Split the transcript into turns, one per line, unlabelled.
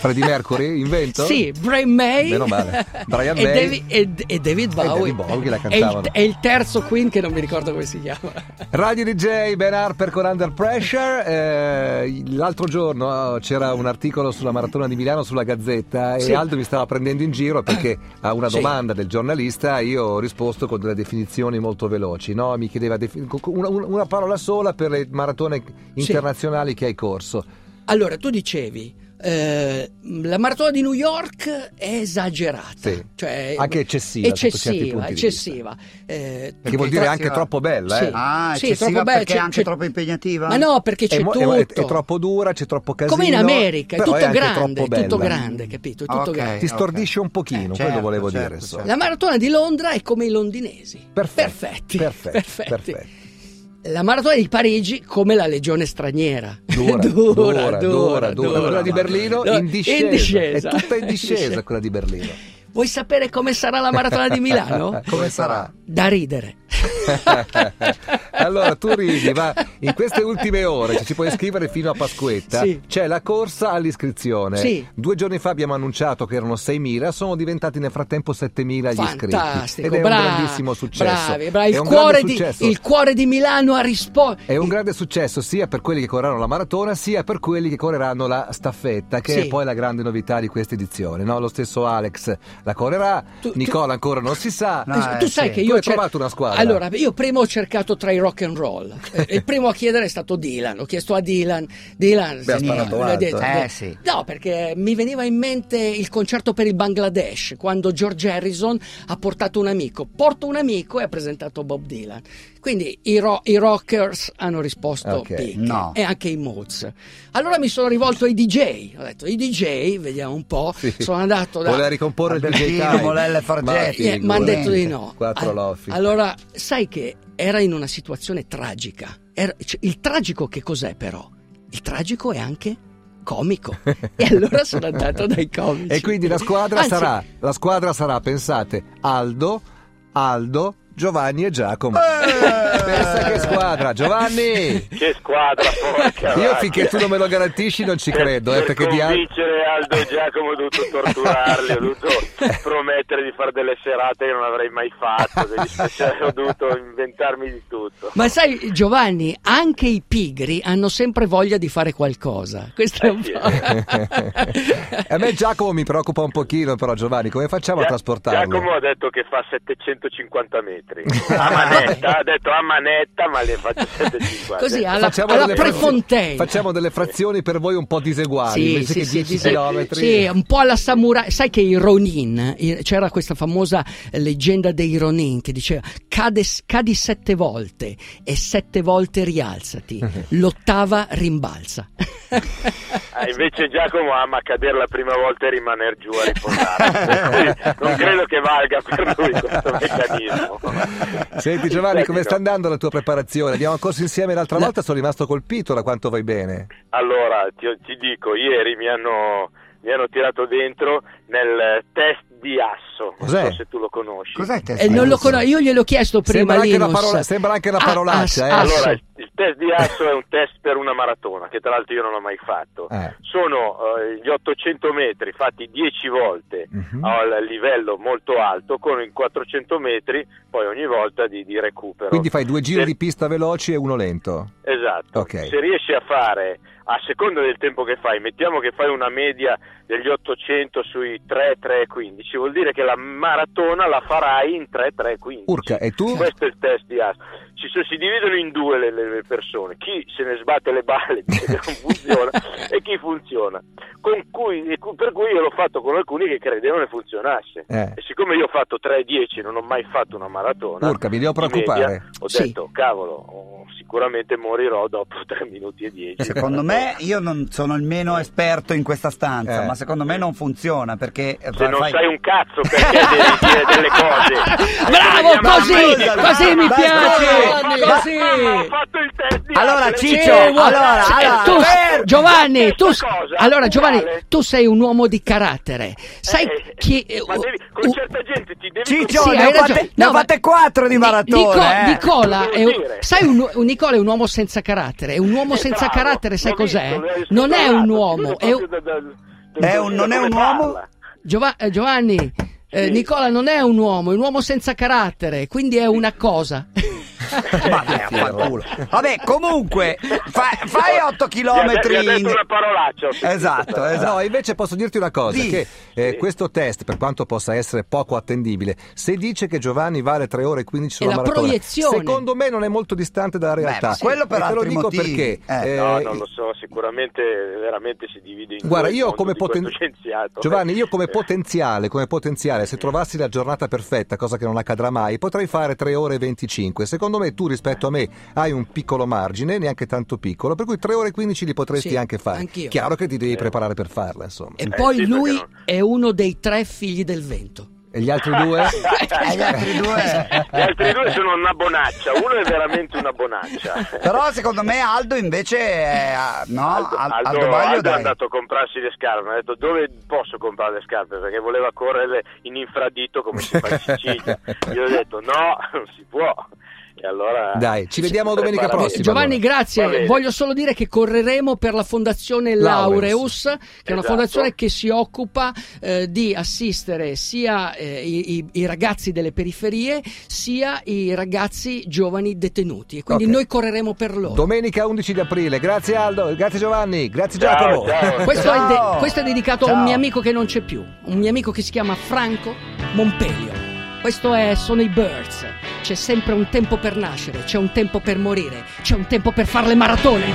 Freddie Mercury, invento?
Sì, Brian May.
Meno male. Brian
e,
May.
Davi- e- e David
David
Bowie.
Bowie che la
È il,
cantavano.
è il terzo Queen che non mi ricordo come si chiama.
Radio DJ Ben Harper con Under Pressure. Eh, l'altro giorno eh, c'era un articolo sulla maratona di Milano sulla Gazzetta e
Sì.
Aldo mi stava prendendo in giro perché a una
Sì.
domanda del giornalista io ho risposto con delle definizioni molto veloci. no? Mi chiedeva defi- co- co- una, una parola sola per le maratone internazionali che hai corso.
Allora, tu dicevi, eh, la maratona di New York è esagerata.
Sì.
Cioè,
Anche eccessiva, sotto certi
Eccessiva,
punti di
eccessiva. Eh,
Che vuol dire anche troppo bella,
sì.
eh?
Ah,
Sì,
eccessiva
troppo bella,
perché è
c'è-
anche
c'è-
troppo impegnativa?
Ma no, perché c'è
è, mo- è-
tutto.
è- è troppo dura, c'è troppo casino.
Come in America, è
però
tutto
anche
grande,
troppo
è tutto
bella.
grande, capito? È tutto
Ok.
grande.
Ti stordisce un pochino,
Eh,
quello
certo,
volevo
certo,
dire. insomma.
certo.
La maratona di Londra è come i londinesi.
Perfetti,
Perfetti.
perfetti,
perfetti.
perfetti.
La maratona di Parigi come la legione straniera.
Dura, dura, dura, dura. Quella di
Dura.
Berlino
No,
in discesa.
in discesa.
È tutta in discesa
Discesa.
quella di Berlino.
Vuoi sapere come sarà la maratona di Milano?
Come sarà?
Da ridere.
allora tu ridi, ma in queste ultime ore ci si può iscrivere fino a Pasquetta.
Sì.
C'è la corsa all'iscrizione.
Sì.
Due giorni fa abbiamo annunciato che erano 6.000, sono diventati nel frattempo 7.000 gli iscritti.
Fantastico,
Ed è
bra-
un grandissimo successo.
bravi, bravi.
È
Il,
un grande
cuore di,
successo.
il cuore di Milano ha risposto.
È un grande successo sia per quelli che correranno la maratona, sia per quelli che correranno la staffetta, che è
Sì.
poi la grande novità di questa edizione. no? Lo stesso Alex la correrà,
Tu- tu-
Nicola ancora non si sa.
No,
tu
eh,
sai
sì.
che
Ah, Tu
io
hai
ho
trovato una squadra.
Allora, io prima ho cercato tra i rock and roll. Eh, il primo a chiedere è stato Dylan. Ho chiesto a Dylan. Dylan
Beh, ha
sì,
sparato
l'ha
alto,
detto.
eh. Eh, sì.
No, perché mi veniva in mente il concerto per il Bangladesh, quando George Harrison ha portato un amico. Porto un amico e ha presentato Bob Dylan. Quindi i, ro- i rockers hanno risposto
Ok.
picche,
No.
e anche i Moods. Allora mi sono rivolto ai DJ. Ho detto, i DJ, vediamo un po'.
Sì.
Sono andato da...
Voleva ricomporre il DJ
Albertino,
time.
Molella e
Eh,
Fargetti.
Ma
mi hanno detto di
figurati.
no.
Quattro
Al-
loffi.
Allora, sai che era in una situazione tragica. Era- cioè, il tragico che cos'è però? Il tragico è anche comico. e allora sono andato dai comici.
E quindi la squadra
Anzi,
sarà, la squadra sarà, pensate, Aldo, Aldo, Giovanni e Giacomo.
eh!
Pensa che squadra, Giovanni!
Che squadra porca
Io
vacca.
finché tu non me lo garantisci non ci credo, eh,
per
perché di Al-
convincere Aldo e Giacomo ho dovuto torturarli, ho dovuto promettere di fare delle serate che non avrei mai fatto, degli speciali, ho dovuto inventarmi di tutto.
Ma sai, Giovanni, anche i pigri hanno sempre voglia di fare qualcosa. Questo è un
Eh,
po'.
a me Giacomo mi preoccupa un pochino però Giovanni come facciamo a
Gia-
trasportarlo?
Giacomo ha detto che fa 750 metri a manetta, ha detto a manetta, ma le faccio 750.
Così, alla,
Facciamo
alla
delle frazioni-
Prefontaine.
Facciamo delle frazioni per voi un po' diseguali, invece che 10
sì.
km.
Sì, un po' alla samurai. Sai che i Ronin, i- c'era questa famosa eh, leggenda dei Ronin che diceva "Cade- cadi sette volte e sette volte rialzati, l'ottava rimbalza.
Ah, invece Giacomo ama cadere la prima volta e rimanere giù a riposare. non credo che valga per lui questo meccanismo.
Senti Giovanni, come
Infatti
sta
no.
andando la tua preparazione? Abbiamo corso insieme l'altra volta, sono rimasto colpito da quanto vai bene.
Allora, ti, ti dico, ieri mi hanno, mi hanno tirato dentro nel test di asso.
Cos'è?
Non so se tu lo conosci.
Cos'è testa?
E eh, non lo conosco, io gliel'ho chiesto prima
Sembra anche
Linus.
una parola- sembra anche una
Ah,
parolaccia,
ah,
eh.
ah,
Allora,
sì.
il, il test di asso è un test per una maratona, che tra l'altro io non ho mai fatto.
Eh.
Sono eh, gli 800 metri fatti 10 volte
Mhm.
al livello molto alto con i 400 metri poi ogni volta di, di recupero.
Quindi fai due giri
Se-
di pista veloci e uno lento.
Esatto,
Ok.
se riesci a fare a seconda del tempo che fai, mettiamo che fai una media degli 800 sui 3, 3, 15, vuol dire che la maratona la farai in 3, 3, 15.
Urca, e tu?
Questo è il test di AS. Ci sono- si dividono in due le, le persone, chi se ne sbatte le balle dice che non funziona e chi funziona. Con cui- e cu- per cui io l'ho fatto con alcuni che credevano che funzionasse.
Eh.
E siccome io ho fatto 3-10, non ho mai fatto una maratona.
Urca, mi devo
in media,
preoccupare.
ho
Sì.
detto, cavolo, oh, sicuramente morirò dopo 3 minuti e
Eh,
10.
Secondo me, io non sono il meno esperto in questa stanza,
Eh.
ma secondo me non funziona perché... eh,
Se non
fai-
sai un cazzo perché devi dire delle cose.
Bravo,
Mia mamma
così,
mi dice,
così mi
"Mamma,
piace,
mamma, mamma,
così."
mamma, ho fatto il test di
Allora,
Apple.
Ciccio,
Sì,
allora,
guarda, sì,
allora,
tu-
fermo.
Giovanni, tu,
Stessa cosa,
allora,
uguale.
Giovanni, tu sei un uomo di carattere. Sai
Eh,
chi.
ma devi- con
u-
certa gente ti devi
Ciccio,
Eh Sì,
ne
hai
ho
ragione.
fatte, ne
No,
ho
ma-
fatte quattro di
Ni-
maratona.
Nico-
eh.
Nicola,
Cosa
è
vuol
un-
dire?
sai, un, un Nicola è un uomo senza carattere. È un uomo
Eh,
senza
bravo,
carattere, sai
l'ho visto,
cos'è?
l'ho visto,
Non è
l'ho
un
guardato,
uomo,
io
è un-
proprio da- da-
È un- non è
come
un uomo?
parla.
Giova- eh, Giovanni, eh,
Sì.
Nicola non è un uomo, è un uomo senza carattere, quindi è una cosa.
Eh,
Vabbè,
Sì,
affanculo. Vabbè, comunque, fa- fai 8 chilometri
Mi ha de- mi ha
in-
detto una parolaccia. ho sentito.
Esatto, esatto.
No, invece posso dirti una cosa,
Sì.
che eh,
Sì.
questo test, per quanto possa essere poco attendibile, se dice che Giovanni vale 3 ore e 15 sulla
È la
maratona,
proiezione.
secondo me non è molto distante dalla realtà.
ma quello per
e te lo
altri
dico
motivi.
perché...
Eh,
No,
eh,
non lo so, sicuramente veramente si divide in due
Guarda,
il
io
mondo
come,
di questo
poten-
scienziato.
Giovanni, io come
Eh,
potenziale, come potenziale, se trovassi la giornata perfetta, cosa che non accadrà mai, potrei fare 3 ore e 25. Secondo me tu rispetto a me hai un piccolo margine, neanche tanto piccolo, per cui 3 ore e 15 li potresti
Sì,
anche fare.
anch'io.
Chiaro che ti devi
Eh.
preparare per farla, insomma.
E
E,
Eh,
poi
sì, perché
lui
no?
è uno dei tre figli del vento.
gli altri due?
Eh, gli altri due...
Gli altri due sono una bonaccia, uno è veramente una bonaccia.
Però secondo me Aldo invece è, no,
Aldo,
Al-
Aldo-
Aldo Baglio
Aldo è
dai.
andato a comprarsi le scarpe, mi ha detto dove posso comprare le scarpe perché voleva correre in infradito come si fa in Sicilia. Io ho detto no, non si può. E allora
Dai, ci vediamo domenica
Prepara-
prossima.
Giovanni,
allora.
Va
grazie.
bene.
Voglio solo dire che correremo per la fondazione
Laureus.
Laureus, che è una
Esatto.
fondazione che si occupa eh, di assistere sia eh, i, i- i ragazzi delle periferie, sia i ragazzi giovani detenuti. E quindi
Ok.
noi correremo per loro.
Domenica 11 di aprile. Grazie Aldo, grazie Giovanni, grazie
Ciao,
Giacomo.
ciao.
questo, è de-
Ciao.
questo è dedicato a un
Ciao.
mio amico che non c'è più, un mio amico che si chiama Franco Montpelio. Questo è, sono i Birds. C'è sempre un tempo per nascere, c'è un tempo per morire, c'è un tempo per fare le maratone.